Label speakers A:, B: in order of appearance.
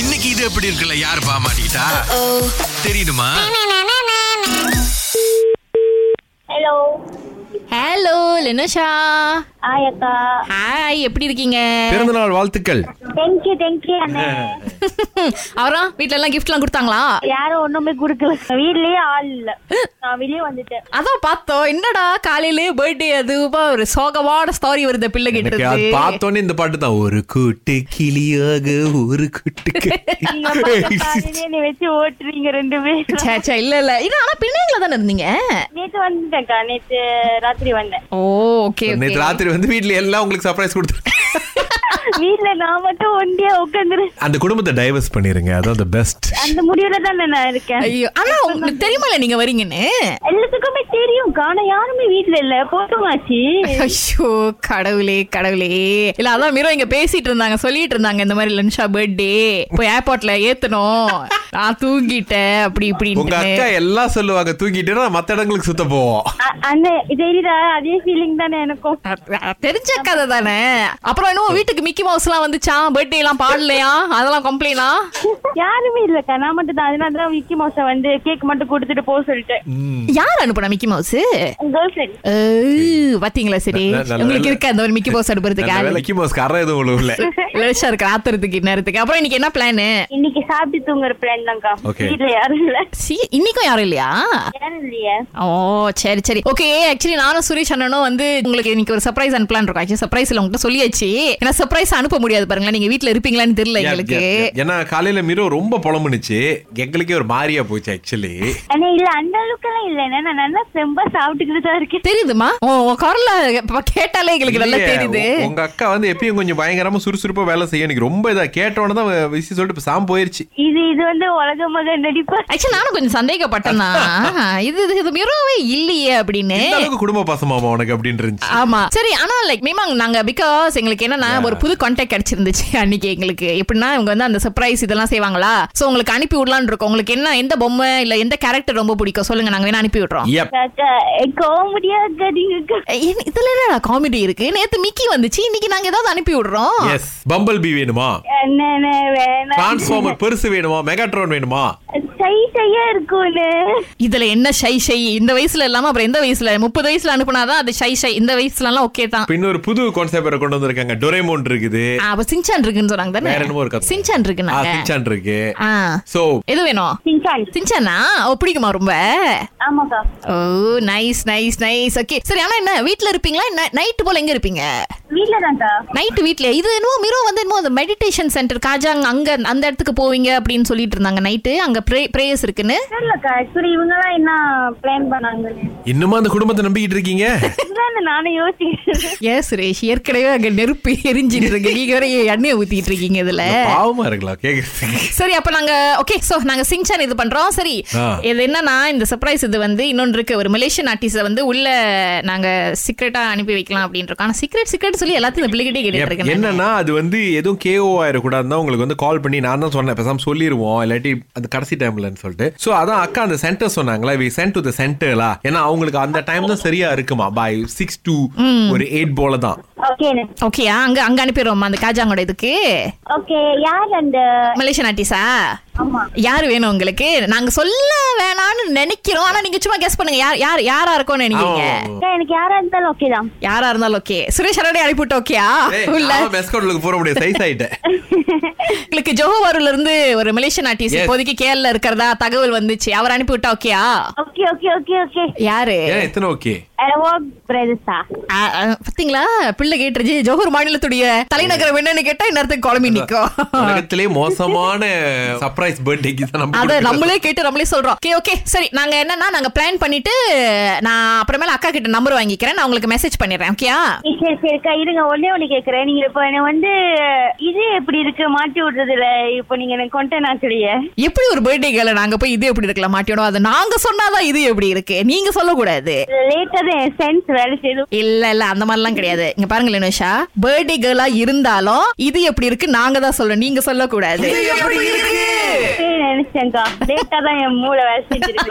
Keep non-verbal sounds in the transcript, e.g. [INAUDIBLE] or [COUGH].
A: இன்னைக்கு இது எப்படி இருக்குல்ல யார் பாமாட்டா தெரியுமா
B: ஹலோ
C: ஹலோ லெனோஷா
B: ஹாய் அக்கா
C: ஹாய் எப்படி இருக்கீங்க
D: பிறந்த நாள் வாழ்த்துக்கள்
B: தேங்க்யூ தேங்க்யூ அண்ணே
C: அவரா வீட்ல எல்லாம் gift எல்லாம் கொடுத்தாங்களா
B: யாரும் ஒண்ணுமே குடுக்கல வீட்லயே ஆள் இல்ல நான் வெளியே வந்துட்டேன்
C: அதான் பார்த்தோம் என்னடா காலையிலே பர்த்டே அது பா, ஒரு சோகமான ஸ்டாரி வருது பிள்ளை கிட்ட
D: எனக்கு அது
C: இருந்து.
D: பார்த்தோன்னே இந்த பாட்டு தான் ஒரு கூட்டு கிளியாக ஒரு கூட்டு
B: நீங்க
D: [LAUGHS]
B: பாக்க பாருங்க, என்னை வச்சு ஓட்டுறீங்க ரெண்டு பேரும்
C: ச்சே, ச்சே, இல்ல இல்ல இது ஆனா பிள்ளைங்கள தானே இருந்தீங்க
B: நேத்து வந்துட்டேன்க்கா நேத்து ராத்திரி வந்தேன்
C: ஓ ஓகே
D: நேற்று ராத்திரி வந்து வீட்ல எல்லாம் உங்களுக்கு சர்ப்ரைஸ் கொடுத்து
B: வீட்ல நான் மட்டும் ஒண்டியா உட்காந்துரு
D: அந்த குடும்பத்தை டைவர்ஸ் பண்ணிருங்க அதான் த பெஸ்ட்
B: அந்த முடிவுல தான் நான் இருக்கேன்
C: ஐயோ ஆனா உங்களுக்கு தெரியுமால நீங்க வர்றீங்கன்னு
B: எல்லாத்துக்குமே தெரியும் ஆனா யாருமே வீட்ல இல்ல போட்டுமாச்சு
C: ஐயோ கடவுளே கடவுளே இல்ல அதான் மீரோ இங்க பேசிட்டு இருந்தாங்க சொல்லிட்டு இருந்தாங்க இந்த மாதிரி லன்ஷா பர்த்டே போய் ஏர்போர்ட்ல ஏத்தணும் நான் தூங்கிட்டேன் அப்படி
D: உங்க
C: இப்படின்னு
D: அக்கா எல்லாம் சொல்லுவாங்க தூக்கிட்டுனா மத்த இடங்களுக்கு சுத்த போவோம்
B: அ- அந்த தெரியுதா அதே ஃபீலிங் தானே எனக்கும்
C: அ- அ- தெரிஞ்ச கதை தானே அப்புறம் இன்னும் வீட்டுக்கு மிக்கி மவுஸ் எல்லாம் வந்துச்சா பர்த்டே எல்லாம் பாடலையா அதெல்லாம் கம்ப்ளைனா
B: யாருமே இல்லக்கா நான் மட்டும் தான் அதனால தான் விக்கி மோசம் வந்து கேக் மட்டும் கொடுத்துட்டு போக சொல்லிட்டேன்
C: யார் அனுப்புனா மிக்கி மவுஸ்
B: கேர்ள் ஃப்ரெண்ட்
C: பாத்தீங்களா சரி
D: நல்ல- நல்ல
C: உங்களுக்கு
D: வேலை.
C: இருக்க அந்த ஒரு மிக்கி மவுஸ் அனுப்புறதுக்கு
D: நல்ல
C: ஆளு.
D: வேலைக்கு மோஸ்க்கு அற எதுவும் உங்களுக்கு இல்ல
C: லட்சா இருக்கு ஆத்துறதுக்கு இந்நேரத்துக்கு அப்புறம் இன்னைக்கு என்ன பிளானு
B: இன்னைக்கு சாப்பிட்டு தூங்குற பிளான் தான்க்கா
D: Okay.
B: வீட்ல யாரும் இல்ல
C: சி இன்னைக்கும் யாரும் இல்லையா
B: யாரும் இல்லையே
C: ஓ சரி சரி ஓகே ஆக்சுவலி நானும் சுரேஷ் அண்ணனும் வந்து உங்களுக்கு இன்னைக்கு ஒரு சர்ப்ரைஸ் அனுப்பலாம்னு இருக்கோம் ஆக்சுவலி சர்ப்ரைஸ்ல உங்ககிட்ட சொல்லியாச்சு ஏன்னா சர்ப்ரைஸ் அனுப்ப முடியாது பாருங்களேன் நீங்க வீட்ல இருப்பீங்களான்னு தெரியல எங்களுக்கு
D: ஏன்னா காலையில மிரோ ரொம்ப புலம்புனுச்சு எங்களுக்கே ஒரு மாதிரியா போச்சு ஆக்சுவலி
B: ஆனா இல்ல அந்த அளவுக்கு எல்லாம் இல்ல என்ன நான் நல்லா செம்பா சாப்பிட்டுக்கிட்டு தான் இருக்கேன்
C: தெரியுதுமா உன் குரல்ல இப்ப கேட்டாலே எங்களுக்கு நல்லா தெரியுது
D: உங்க அக்கா வந்து எப்பயும் கொஞ்சம் பயங்கரமா சுறுசுறுப்பா வேலை செய்யும் எனக்கு ரொம்ப இதா கேட்டோன்னு தான் விசி சொல்லிட்டு இப்ப சாம் போயிருச்சு
B: இது இது வந்து உலக மக நடிப்பு
C: ஆக்சுவலி நானும் கொஞ்சம் சந்தேகப்பட்டேன்னா இது இது- இது மிரவே இல்லையே அப்படின்னு
D: இந்த அளவுக்கு குடும்ப பாசமாமா உனக்கு அப்படின்னு இருந்துச்சு
C: ஆமா சரி ஆனா லைக் மீமாங் நாங்க பிகாஸ் எங்களுக்கு என்னன்னா ஒரு புது கான்டாக்ட் கிடைச்சிருந்துச்சு அன்னைக்கு எங்களுக்கு எப்படின்னா இவங்க வந்து அந்த சர்ப்ரைஸ் இதெல்லாம் செய்வாங்களா சோ உங்களுக்கு அனுப்பி விடலாம்னு இருக்கோம் உங்களுக்கு என்ன எந்த பொம்மை இல்ல எந்த கேரக்டர் ரொம்ப பிடிக்கும் சொல்லுங்க நாங்க வேணா அனுப்பி விடுறோம்
D: Yep.
B: காமெடியா இருக்காதீங்க
C: ஏன் இதுல என்ன காமெடி இருக்கு நேத்து மிக்கி வந்துச்சு இன்னைக்கு நாங்க ஏதாவது அனுப்பி விடுறோம்
D: எஸ் பம்பல் பி வேணுமா
B: என்ன வேணாம்
C: [LAUGHS]
D: டிரான்ஸ்ஃபார்மர் பெருசு வேணுமா மெகாட்ரான் வேணுமா
B: சை சையா இருக்கும்னு
C: இதுல என்ன ஷை ஷை இந்த வயசுல இல்லாம அப்புறம் எந்த வயசுல முப்பது வயசுல அனுப்புனாதான் அது ஷை ஷை இந்த வயசுல எல்லாம் ஓகே தான்
D: இப்ப இன்னொரு புது கான்செப்ட் கொண்டு வந்திருக்காங்க டொரேமோன் இருக்குது
C: ஆ, அப்ப சின்சான் இருக்குன்னு சொன்னாங்க தானே
D: வேற என்னமோ இருக்கா?
C: சின்சான்
D: ஆ,
C: இருக்குனாங்க
D: சின்சான் இருக்கு
C: ஆ
D: சோ
C: எது வேணும்
B: சிங்கான்
C: சின்சானா ஓ பிடிக்குமா ரொம்ப
B: ஆமாக்கா
C: ஓ நைஸ் நைஸ் நைஸ் ஓகே சரி ஆனா என்ன வீட்ல இருப்பீங்களா என்ன நைட் போல எங்க இருப்பீங்க
B: வீட்ல தான்க்கா
C: நைட் வீட்ல இது என்னமோ மிரோ வந்து என்னமோ அந்த மெடிடேஷன் சென்டர் காஜாங் அங்க அந்த இடத்துக்கு போவீங்க அப்படின்னு சொல்லிட்டு இருந்தாங்க நைட்டு அங்க பிரேயர்ஸ் இருக்குன்னு
B: தெரியலக்கா ஆக்சுவலி இவங்க எல்லாம் என்ன பிளான் பண்ணாங்கன்னு
D: இன்னுமா அந்த குடும்பத்தை நம்பிக்கிட்டு
C: [LAUGHS]
D: இருக்கீங்க
B: இதுதான் நானும் யோசிக்கிறேன்
C: ஏ சுரேஷ் ஏற்கனவே அங்க நெருப்பு எரிஞ்சிட்டு இருக்கு நீங்க வேற ஏன் எண்ணெயை ஊத்திட்டு இருக்கீங்க இதுல
D: பாவமா இருக்கலாம் கேக்குறதுக்கு
C: சரி அப்ப நாங்க ஓகே சோ நாங்க சிங்சான் இது பண்றோம் சரி
D: ஆ.
C: இது என்னன்னா இந்த சர்ப்ரைஸ் இது வந்து இன்னொன்று இருக்கு ஒரு மலேசியன் ஆர்டிஸ்ட வந்து உள்ள நாங்க சீக்ரெட்டா அனுப்பி வைக்கலாம் அப்படின்னு இருக்கோம் ஆனா சீக்ரெட் சீக்ரெட் சொல்லி எல்லாத்தையும் இந்த பிள்ளைகிட்டே கேட்டுட்டு
D: எப்-
C: இருக்கேன் நானு.
D: என்னன்னா அது வந்து எதுவும் கேஓ ஆயிடக்கூடாது தான் உங்களுக்கு வந்து கால் பண்ணி நான் தான் சொன்னேன் பேசாம சொல்லிடுவோம் இல்லாட்டி அந்த கடைசி டைம்லன்னு சொல்லிட்டு சோ அதான் அக்கா அந்த சென்டர் சொன்னாங்களா வி சென்ட் டு த சென்டர்லா ஏன்னா அவங்களுக்கு அந்த டைம் தான் சரியா இருக்குமா பாய் சிக்ஸ் டூ ஒரு எயிட் போல தான்
B: ஓகே
C: ஓகேயா அங்க அங்க அனுப்பிடுவோமா அந்த காஜாங்கோட இதுக்கு
B: ஓகே யார் அந்த
C: மலேசியன் ஆர்டிஸா
B: ஆமா
C: யார் வேணும் உங்களுக்கு நாங்க சொல்ல வேணாம்னு நினைக்கிறோம் ஆனா நீங்க சும்மா கெஸ் பண்ணுங்க யார் யார் யாரா இருக்கும்னு நினைக்கிறீங்க
B: அக்கா எனக்கு யாரா இருந்தாலும் ஓகே தான்
C: யாரா இருந்தாலும் ஓகே சுரேஷ் அரடே அனுப்பிவிட்டு ஓகேயா உள்ள
D: மெஸ்கோட்லுக்கு போற முடியாது சைஸ்
C: [LAUGHS]
D: ஆயிட்டேன்
C: உங்களுக்கு ஜோஹோவாரூல இருந்து ஒரு மலேசியன் ஆர்டிஸ்ட்
D: Yes.
C: இப்போதைக்கு கேரள இருக்கிறதா தகவல் வந்துச்சு அவர் அனுப்பிவிட்டா ஓகேயா
B: ஓகே ஓகே ஓகே ஓகே
C: யாரு
D: ஏன் எத்தனை ஓகே
B: வாக் பிரதர்ஸா
C: ஆ, ஆ, பாத்தீங்களா பிள்ளை கேட்டுருச்சு ஜோஹர் மாநிலத்துடைய தலைநகரம் என்னன்னு கேட்டா இந்நேரத்துக்கு குழம்பி நிக்கும்
D: உலகத்திலே மோசமான சர்ப்ரைஸ் பர்த்டேக்கு தான் நம்ம
C: அத
D: கொடுக்கிறது.
C: நம்மளே கேட்டு நம்மளே சொல்றோம் ஓகே ஓகே சரி நாங்க என்னன்னா நாங்க பிளான் பண்ணிட்டு நான் அப்புறமேல அக்கா கிட்ட நம்பர் வாங்கிக்கிறேன் நான் உங்களுக்கு மெசேஜ் பண்ணிடுறேன் ஓகேயா
B: சரி, சரி சரிக்கா இருங்க ஒன்னே ஒண்ணு கேக்குறேன் நீங்க இப்போ என்ன வந்து இது எப்படி இருக்கு மாட்டி விடுறதுல இப்போ நீங்க எனக்கு கொண்டேன் ஆச்சுடைய
C: எப்படி ஒரு பர்த்டே கேல நாங்க போய் இது எப்படி இருக்கலாம் மாட்டிடும் அது நாங்க சொன்னாதான் இது எப்படி இருக்கு நீங்க சொல்லக்கூடாது
B: லேட்டா தான் என் சென்ஸ் வேலை செய்து
C: இல்ல இல்ல அந்த மாதிரிலாம் கிடையாது இங்க பாருங்க லினுஷா பர்த்டே கேர்ளா இருந்தாலும் இது எப்படி இருக்கு நாங்க தான் சொல்லணும் நீங்க சொல்லக்கூடாது
B: நினைச்சேன்க்கா லேட்டா தான் என் மூளை வேலை செஞ்சிருக்கு